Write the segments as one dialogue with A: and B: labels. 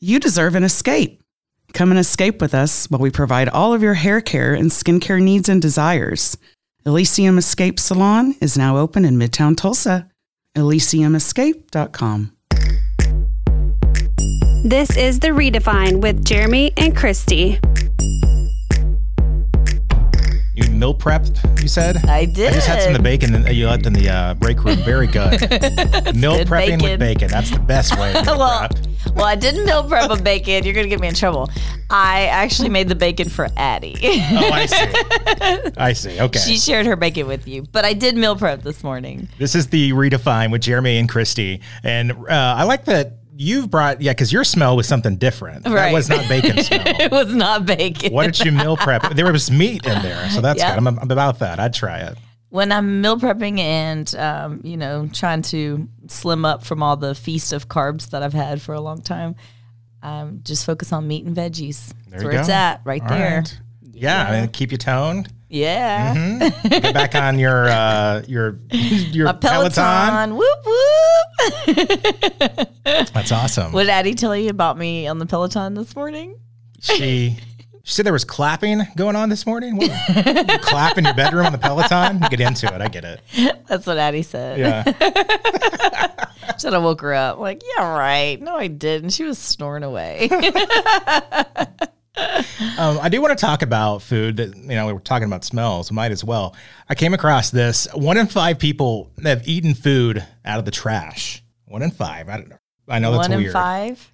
A: You deserve an escape. Come and escape with us while we provide all of your hair care and skincare needs and desires. Elysium Escape Salon is now open in Midtown Tulsa. ElysiumEscape.com.
B: This is The Redefine with Jeremy and Christy.
C: You meal prepped, you said?
D: I did.
C: I just had some of the bacon that you left in the uh, break room. Very good. meal
D: good
C: prepping
D: bacon.
C: with bacon. That's the best way. To meal
D: well,
C: prep.
D: well, I didn't meal prep a bacon. You're gonna get me in trouble. I actually made the bacon for Addie.
C: Oh, I see. I see. Okay.
D: she shared her bacon with you, but I did meal prep this morning.
C: This is the redefine with Jeremy and Christy, and uh, I like that you've brought yeah because your smell was something different. That
D: Right.
C: was not bacon smell.
D: It was not bacon.
C: What did you meal prep? There was meat in there, so that's
D: Yeah.
C: good. I'm, I'm about that. I'd try it.
D: When I'm meal prepping and um, you know trying to slim up from all the feast of carbs that I've had for a long time, um, just focus on meat and veggies. That's
C: you
D: where it's
C: go.
D: at, right
C: All
D: there.
C: right. Mm-hmm. Yeah, I mean, keep your tone.
D: Yeah,
C: Get back on your uh, your your
D: a Peloton.
C: Peloton.
D: Whoop whoop.
C: That's awesome.
D: what did Addie tell you about me on the Peloton this morning?
C: She she said there was clapping going on this morning. What? You clap in your bedroom on the Peloton. Get into it. I get it.
D: That's what Addie said.
C: Yeah.
D: Should I woke her up. Like, yeah, right. No, I didn't. She was snoring away.
C: Um, I do want to talk about food that, you know, we were talking about smells, might as well. I came across this one in five people have eaten food out of the trash. One in five. I don't know. I know that's
D: One
C: weird.
D: in five.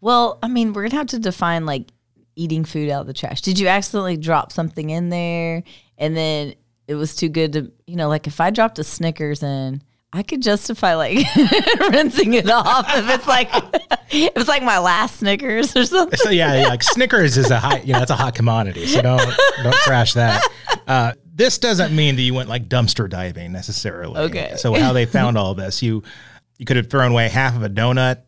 D: Well, I mean, we're gonna have to define like eating food out of the trash. Did you accidentally drop something in there and then it was too good to you know, like if I dropped a Snickers in I could justify like rinsing it off if it's like if it's like my last Snickers or something.
C: So yeah, yeah, like Snickers is a high, you know, that's a hot commodity. So don't don't trash that. Uh, this doesn't mean that you went like dumpster diving necessarily.
D: Okay.
C: So how they found all this? You you could have thrown away half of a donut.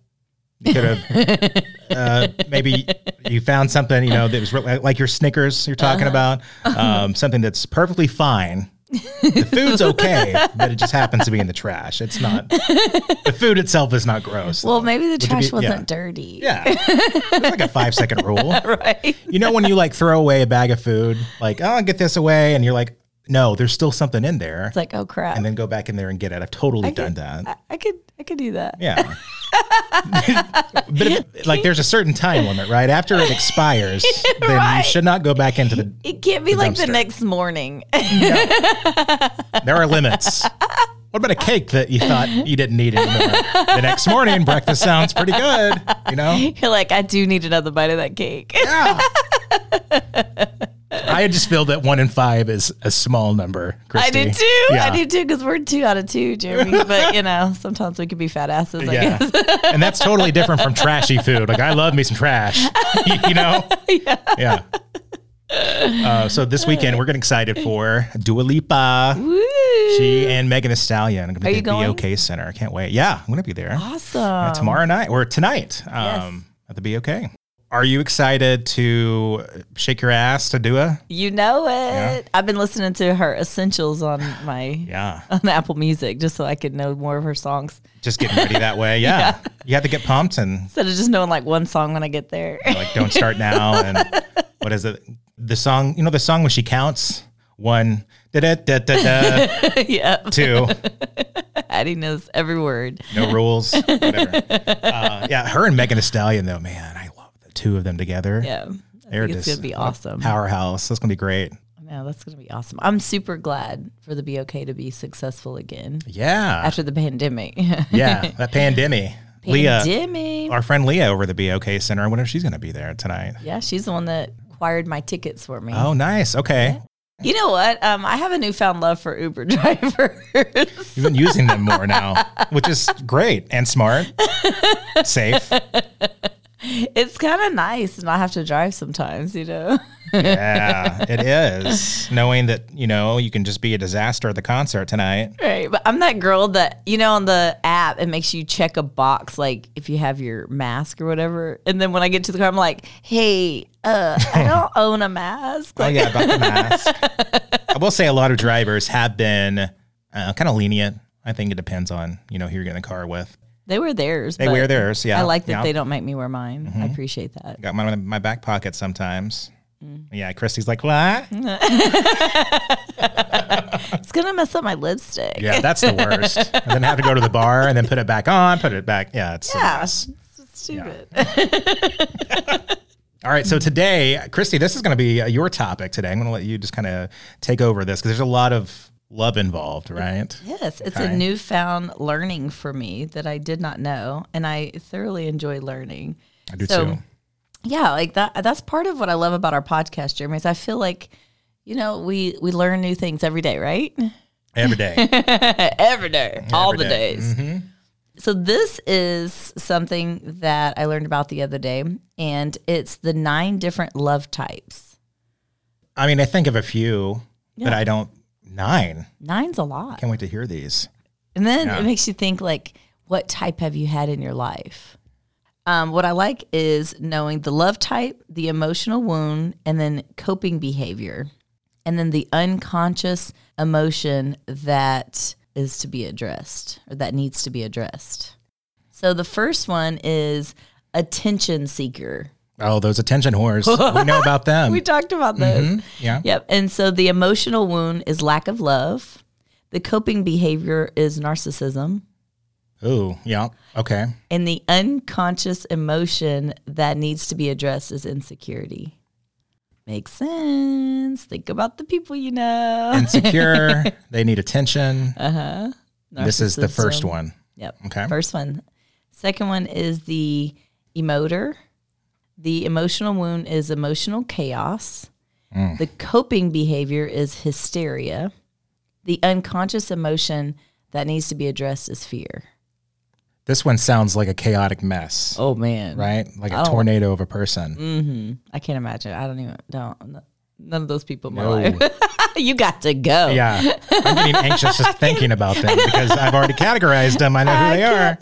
C: You could have uh, maybe you found something you know that was really, like your Snickers you're talking
D: Uh-huh.
C: about, um, something that's perfectly fine. The food's okay, but it just happens to be in the trash. It's not the food itself is not gross.
D: Well,
C: though.
D: maybe the
C: Would you
D: trash
C: be-
D: wasn't
C: yeah.
D: dirty.
C: Yeah. It's like a five second rule.
D: Right.
C: You know, when you like throw away a bag of food, like, oh, I'll get this away. And you're like, no, there's still something in there.
D: It's like, oh crap.
C: and then go back in there and get it. I've totally done
D: could-
C: that.
D: I, I could I could do that.
C: yeah. but if, like, there's a certain time limit, right? After it expires, then you should not go back into the.
D: It can't be like the
C: dumpster.
D: next morning.
C: There are limits. What about a cake that you thought you didn't need anymore? The next morning, breakfast sounds pretty good, you know?
D: You're like, I do need another bite of that cake.
C: Yeah. I just feel that one in five is a small number.
D: I
C: Christy.
D: do too.
C: Yeah.
D: I do too because we're two out of two, Jeremy. but you know, sometimes we can be fat asses. I
C: Yeah.
D: guess.
C: and that's totally different from trashy food. Like I love me some trash, you know? Yeah. Uh, so this weekend we're getting excited for Dua Lipa.
D: Woo.
C: She and Megan Thee Stallion. I'm gonna be
D: Are you
C: at the
D: going?
C: OK Center. I can't wait. Yeah, I'm gonna be there
D: awesome.
C: Uh, tomorrow night or tonight um, at the BOK. Are you excited to shake your ass to Dua?
D: You know it. I've been listening to her essentials on my
C: Yeah.
D: on the Apple Music just so I could know more of her songs
C: Just getting ready that way. Yeah. You have to get pumped and
D: instead of just knowing like one song when I get there.
C: like don't start now and what is it the song you know the song when she counts one da da da da da
D: yeah,
C: two
D: Addie knows every word.
C: no rules whatever uh, yeah her and Megan Thee Stallion though man I love the two of them together
D: Yeah, I
C: they're
D: think it's
C: just
D: gonna be
C: what a
D: awesome.
C: powerhouse that's gonna be great
D: Yeah, that's gonna be awesome. I'm super glad for the BOK to be successful again
C: yeah
D: after the pandemic.
C: yeah that pandemic Leah
D: pandemic.
C: our friend Leah over at the BOK Center I wonder if she's gonna be there tonight
D: Yeah, she's the one that acquired my tickets for me.
C: oh nice okay
D: You know what? Um, I have a newfound love for Uber drivers.
C: You've been using them more now, which is great and smart, safe.
D: it's kind of nice and I have to drive sometimes, you know?
C: yeah, it is. Knowing that, you know, you can just be a disaster at the concert tonight.
D: Right. But I'm that girl that, you know, on the app, it makes you check a box, like if you have your mask or whatever. And then when I get to the car, I'm like, hey, uh, I don't own a mask.
C: Oh,
D: Like,
C: yeah, about the mask. I will say a lot of drivers have been uh, kind of lenient. I think it depends on, you know, who you're getting in the car with.
D: They wear theirs.
C: They
D: but
C: wear theirs. Yeah,
D: I like that
C: yeah. Mm-hmm.
D: they don't make me wear mine. I appreciate that.
C: Got mine in my back pocket sometimes.
D: Mm.
C: Yeah, Christy's like, what?
D: It's gonna mess up my lipstick.
C: Yeah, that's the worst. and then have to go to the bar and then put it back on, put it back. Yeah, it's
D: Yeah, it's stupid.
C: all right. So today, Christy, this is going to be uh, your topic today. I'm going to let you just kind of take over this because there's a lot of love involved, right?
D: Yes, it's
C: Okay.
D: a newfound learning for me that I did not know, and I thoroughly enjoy learning.
C: I do
D: So-
C: too.
D: Yeah, like that. That's part of what I love about our podcast, Jeremy. Is I feel like, you know, we we learn new things every day, right?
C: Every day.
D: every day, all
C: Every
D: the
C: day. Mm-hmm.
D: days. So this is something that I learned about the other day, and it's the nine different love types.
C: I mean, I think of a few, but I don't. Nine.
D: Nine's a lot,
C: Can't wait to hear these.
D: and then
C: Yeah.
D: it makes you think like, what type have you had in your life? Um, what I like is knowing the love type, the emotional wound, and then coping behavior, and then the unconscious emotion that is to be addressed or that needs to be addressed. So the first one is attention seeker.
C: Oh, those attention whores. we know about them. Hmm?
D: We talked about those.
C: mm-hmm. yeah.
D: Yep. And so the emotional wound is lack of love. The coping behavior is narcissism.
C: Ooh. Yeah. Okay.
D: And the unconscious emotion that needs to be addressed is insecurity. Makes sense. Think about the people you know.
C: Insecure. they need attention. Uh huh. This is the first
D: Narcissism.
C: one.
D: Yep.
C: Okay.
D: First one. Second one is the emoter. The emotional wound is emotional chaos.
C: Mm.
D: The coping behavior is hysteria. The unconscious emotion that needs to be addressed is fear.
C: This one sounds like a chaotic mess,
D: Oh man.
C: right? Like a
D: Oh. Mm,
C: tornado of a person.
D: I can't imagine. I don't even don't none of those people in my
C: No.
D: life. you got to go.
C: Yeah. I'm getting anxious just thinking about them because I've already categorized them. I know who
D: I
C: they are.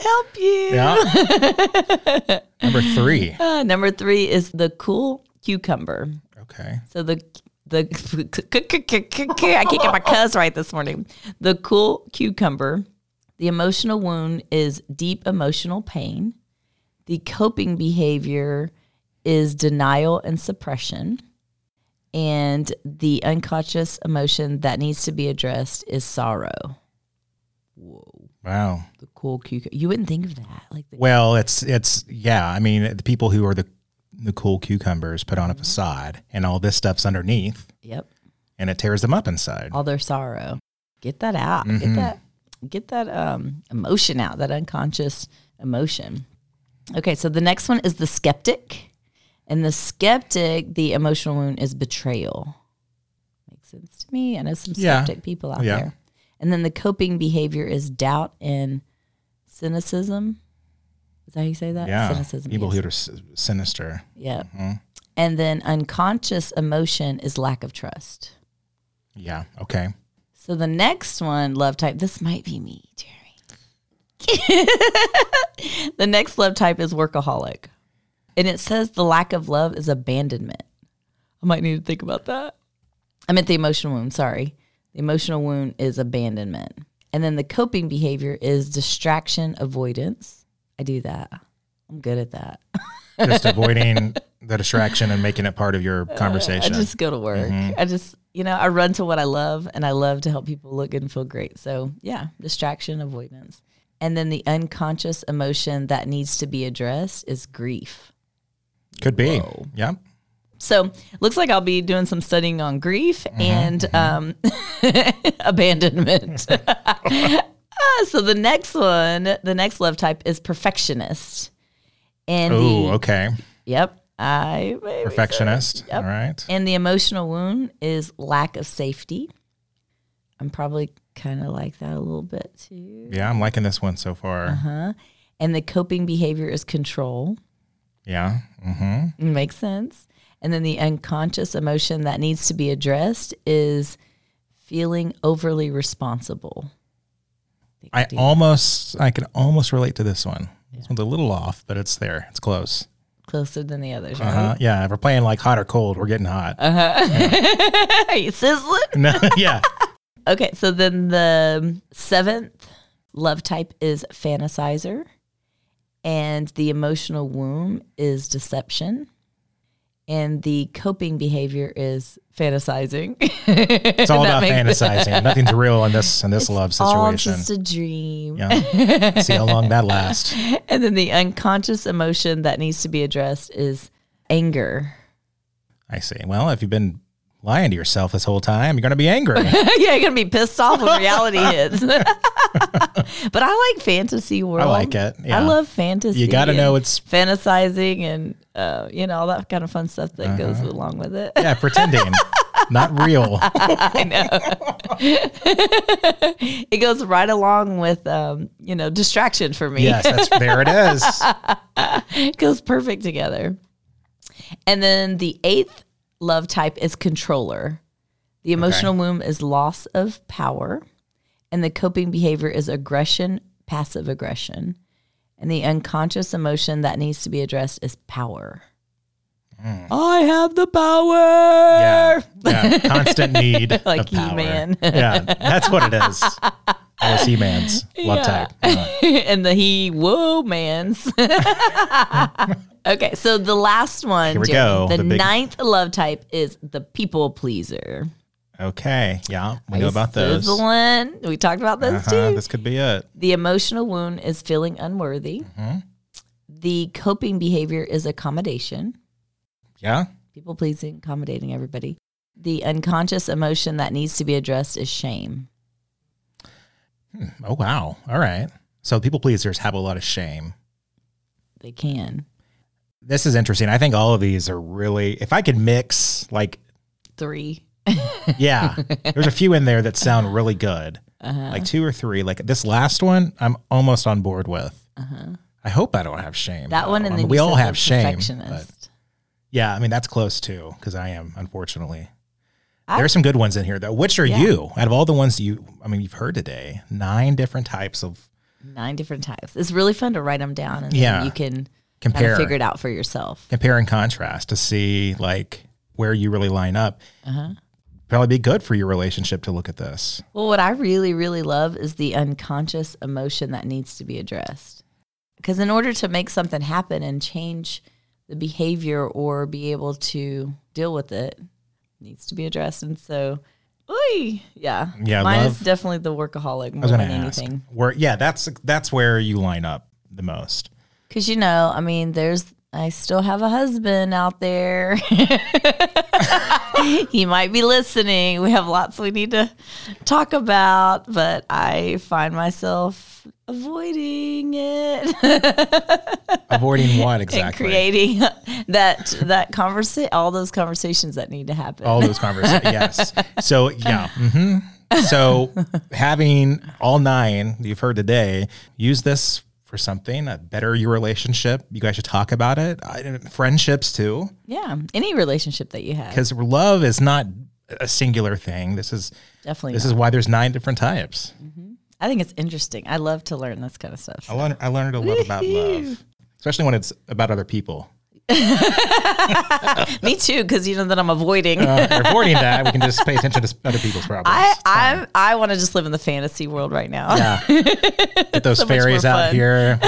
D: can't help you.
C: Yeah. Number three.
D: Uh, number three is the cool cucumber.
C: Okay.
D: So the the I can't get my cuz right this morning. The cool cucumber. The emotional wound is deep emotional pain. The coping behavior is denial and suppression. And the unconscious emotion that needs to be addressed is sorrow.
C: Wow.
D: The cool cucumber. You wouldn't think of that. Like the,
C: Well, it's it's yeah. I mean, the people who are the the cool cucumbers put on a facade, and all this stuff's underneath,
D: yep.
C: and it tears them up inside.
D: all their sorrow. Get that out.
C: Mm-hmm.
D: Get that get that um, emotion out, that unconscious emotion. Okay, so the next one is the skeptic. And the skeptic, the emotional wound is betrayal. Makes sense to me. I know some
C: Yeah.
D: skeptic people out
C: Yeah.
D: there. And then the coping behavior is doubt and cynicism. Is that how you say that?
C: yeah, Mm-hmm.
D: Cynicism.
C: people
D: yes.
C: who are s- sinister.
D: Yeah. And then unconscious emotion is lack of trust.
C: Yeah. Okay.
D: So the next one, love type, this might be me, Jerry. the next love type is workaholic. And it says the lack of love is abandonment. I might need to think about that. I meant the emotional wound, sorry. The emotional wound is abandonment. And then the coping behavior is distraction avoidance. I do that. I'm good at that.
C: Just avoiding the distraction and making it part of your
D: Uh, I
C: conversation.
D: just go to work.
C: Mm-hmm.
D: I just, you know, I run to what I love and I love to help people look and feel great. So, yeah, distraction avoidance. And then the unconscious emotion that needs to be addressed is grief.
C: Could be. Yeah.
D: So, looks like I'll be doing some studying on grief
C: Mm-hmm,
D: and um, abandonment. Ah, so, the next one, the next love type is perfectionist. And
C: Ooh.
D: the,
C: Okay.
D: yep, I maybe so.
C: Perfectionist. All right.
D: And the emotional wound is lack of safety. I'm probably kind of like that a little bit too.
C: Yeah, I'm liking this one so far.
D: Uh-huh. And the coping behavior is control.
C: Yeah. hmm
D: Makes sense. And then the unconscious emotion that needs to be addressed is feeling overly responsible. Think
C: I
D: do.
C: almost, I can almost relate to this one. This one's a little off, but it's there. It's close.
D: closer than the others, right?
C: Uh-huh. Yeah. If we're playing like hot or cold, we're getting hot.
D: Uh. Are you sizzling?
C: No, yeah.
D: Okay, so then the seventh love type is fantasizer. And the emotional womb is deception. And the coping behavior is fantasizing.
C: It's all about fantasizing. Nothing's real in this in this love
D: All
C: situation.
D: just a dream.
C: yeah. See how long that lasts.
D: And then the unconscious emotion that needs to be addressed is anger.
C: I see. Well, if you've been lying to yourself this whole time, you're going to be angry.
D: yeah, you're gonna be pissed off when reality hits. but I like fantasy world.
C: like it, yeah.
D: I love fantasy.
C: You gotta
D: and
C: know it's-
D: fantasizing and uh, you know all that kind of fun stuff that goes along with it.
C: Uh-huh. yeah, pretending. Not real.
D: I know. it goes right along with um, you know distraction for me.
C: Yes, that's there it is.
D: it goes perfect together. And then the eighth love type is controller. The emotional womb is loss of power, and the coping behavior is aggression, passive aggression. And the unconscious emotion that needs to be addressed is power. I have the power.
C: Mm. Yeah. yeah. Constant need
D: Like
C: of power.
D: He-Man.
C: yeah, that's what it is. That was He-Man's love
D: Yeah.
C: type. Uh, Yeah.
D: and the he whoa man's. okay, so the last one,
C: Here we
D: Jeremy,
C: go,
D: the,
C: the big-
D: ninth love type is the people pleaser.
C: Okay. Yeah, we know about those.
D: Sizzling. We talked about those
C: Uh-huh,
D: too.
C: this could be it.
D: The emotional wound is feeling unworthy.
C: Mm-hmm.
D: The coping behavior is accommodation,
C: Yeah.
D: people pleasing, accommodating everybody. The unconscious emotion that needs to be addressed is shame.
C: Oh wow. All right. So people pleasers have a lot of shame.
D: They can
C: This is interesting. I think all of these are really. If I could mix, like,
D: three.
C: yeah, there's a few in there that sound really good,
D: Uh-huh.
C: like two or three. Like this last one, I'm almost on board with. I hope I don't have shame.
D: Uh-huh. That one,
C: though.
D: and
C: I
D: then
C: mean, we
D: you
C: all
D: said
C: have
D: the
C: shame. But
D: perfectionist.
C: yeah, I mean that's close too, because I am unfortunately.
D: I-
C: There's some good ones in here though. Which are you out of all the ones you? I mean, you've heard today nine different types of
D: Nine different types. It's really fun to write them down, and
C: Yeah.
D: then you can kind
C: compare
D: of figure it out for yourself.
C: compare and contrast to see like where you really line up.
D: Uh-huh.
C: Probably be good for your relationship to look at this.
D: Well, what I really, really love is the unconscious emotion that needs to be addressed. Because in order to make something happen and change the behavior or be able to deal with it, needs to be addressed. And so, oy, yeah,
C: Yeah, I
D: mine is
C: love-
D: definitely the workaholic
C: I
D: more
C: was
D: than
C: going to ask
D: anything.
C: where. Yeah, that's that's where you line up the most.
D: Because you know, I mean, there's I still have a husband out there. he might be listening. We have lots we need to talk about, but I find myself avoiding it
C: Avoiding what
D: and
C: exactly?
D: creating that that conversation all those conversations that need to happen.
C: all those conversations. yes. So yeah. hmm So having all nine you've heard today, use this for something that better your relationship. You guys should talk about it. I, friendships too.
D: yeah, any relationship that you have.
C: because love is not a singular thing. This is
D: Definitely.
C: this
D: not.
C: is why there's nine different types.
D: I think it's interesting. I love to learn this kind of stuff.
C: I learned I learned a lot about love, especially when it's about other people.
D: Me too cuz you know that I'm avoiding.
C: Uh, avoiding that, we can just pay attention to other people's problems.
D: I I'm, I want to just live in the fantasy world right now.
C: Get those
D: so much more
C: fairies out
D: fun.
C: here.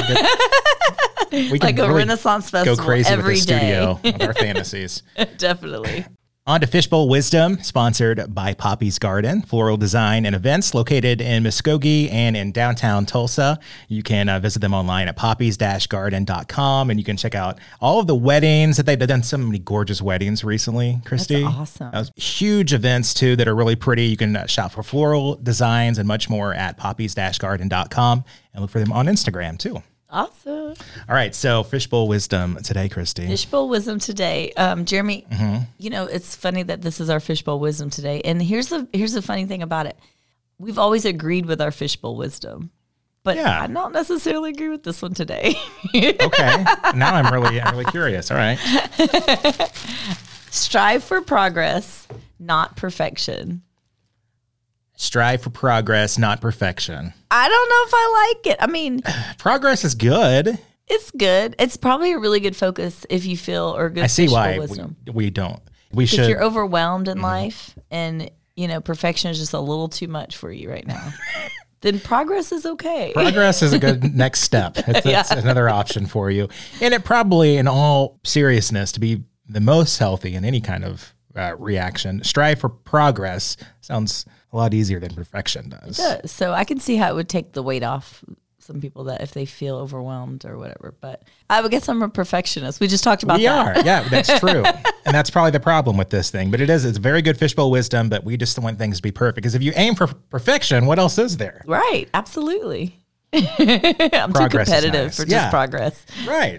C: we can
D: like a
C: really
D: Renaissance
C: go
D: festival
C: crazy with
D: every
C: this
D: day.
C: studio with our fantasies.
D: Definitely.
C: On to Fishbowl Wisdom, sponsored by Poppy's Garden, floral design and events located in Muskogee and in downtown Tulsa. You can uh, visit them online at poppies-garden.com and you can check out all of the weddings that they've done. So many gorgeous weddings recently, Christy.
D: awesome.
C: That was huge events too that are really pretty. You can uh, shop for floral designs and much more at poppies-garden.com and look for them on Instagram too.
D: Awesome.
C: All right, so Fishbowl Wisdom today, Christy.
D: Fishbowl wisdom today, um, Jeremy.
C: Mm-hmm.
D: You know, it's funny that this is our fishbowl wisdom today. And here's the here's the funny thing about it: we've always agreed with our fishbowl wisdom, but
C: Yeah.
D: I don't necessarily agree with this one today.
C: okay, now I'm really, I'm really curious. All right.
D: Strive for progress, not perfection.
C: Strive for progress, not perfection.
D: I don't know if I like it. I mean,
C: Progress is good.
D: it's good. It's probably a really good focus if you feel or good.
C: I see
D: fishbowl
C: why we,
D: wisdom.
C: we don't. We
D: if
C: should. Mm-hmm.
D: you're overwhelmed in life and you know perfection is just a little too much for you right now then progress is okay.
C: Progress is a good next step. That's, that's another option for you. And it probably, in all seriousness, to be the most healthy in any kind of uh, reaction, strive for progress sounds a lot easier than perfection does.
D: Yeah, so I can see how it would take the weight off some people that if they feel overwhelmed or whatever. But I would guess I'm a perfectionist. We just talked about
C: We
D: that.
C: are. Yeah, that's true. and that's probably the problem with this thing. But it is, it's very good fishbowl wisdom, but we just want things to be perfect. Because if you aim for perfection, what else is there?
D: Right. Absolutely. I'm too
C: Progress is
D: competitive
C: nice.
D: for just
C: Yeah.
D: progress.
C: Right.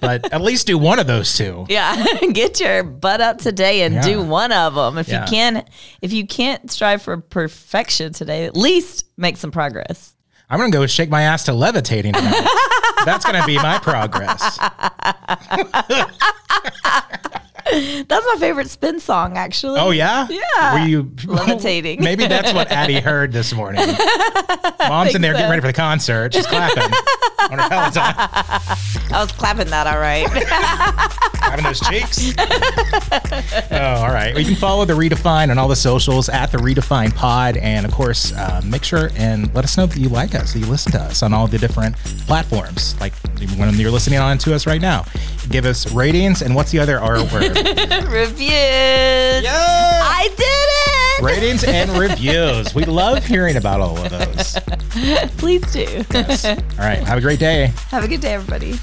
C: but at least do one of those two.
D: Yeah. Get your butt up today and do
C: Yeah.
D: one of them. If
C: Yeah.
D: you can if you can't strive for perfection today, at least make some progress.
C: I'm going to go shake my ass to levitating tonight. That's going to be my progress.
D: That's my favorite spin song actually.
C: Oh, yeah?
D: Yeah.
C: Were you
D: Levitating.
C: Maybe that's what Addie heard this morning. Mom's in there getting ready for the concert. She's clapping on her Peloton,
D: I was clapping that all right.
C: having those cheeks. oh, all right. Well, you can follow The Redefine on all the socials at The Redefine Pod. And of course, uh, make sure and let us know that you like us, that you listen to us on all the different platforms, like the one you're listening on to us right now. Give us ratings. And what's the other R word?
D: Reviews. I did it.
C: ratings and reviews. We love hearing about all of those.
D: Please do.
C: All right. Have a great day.
D: Have a good day everybody.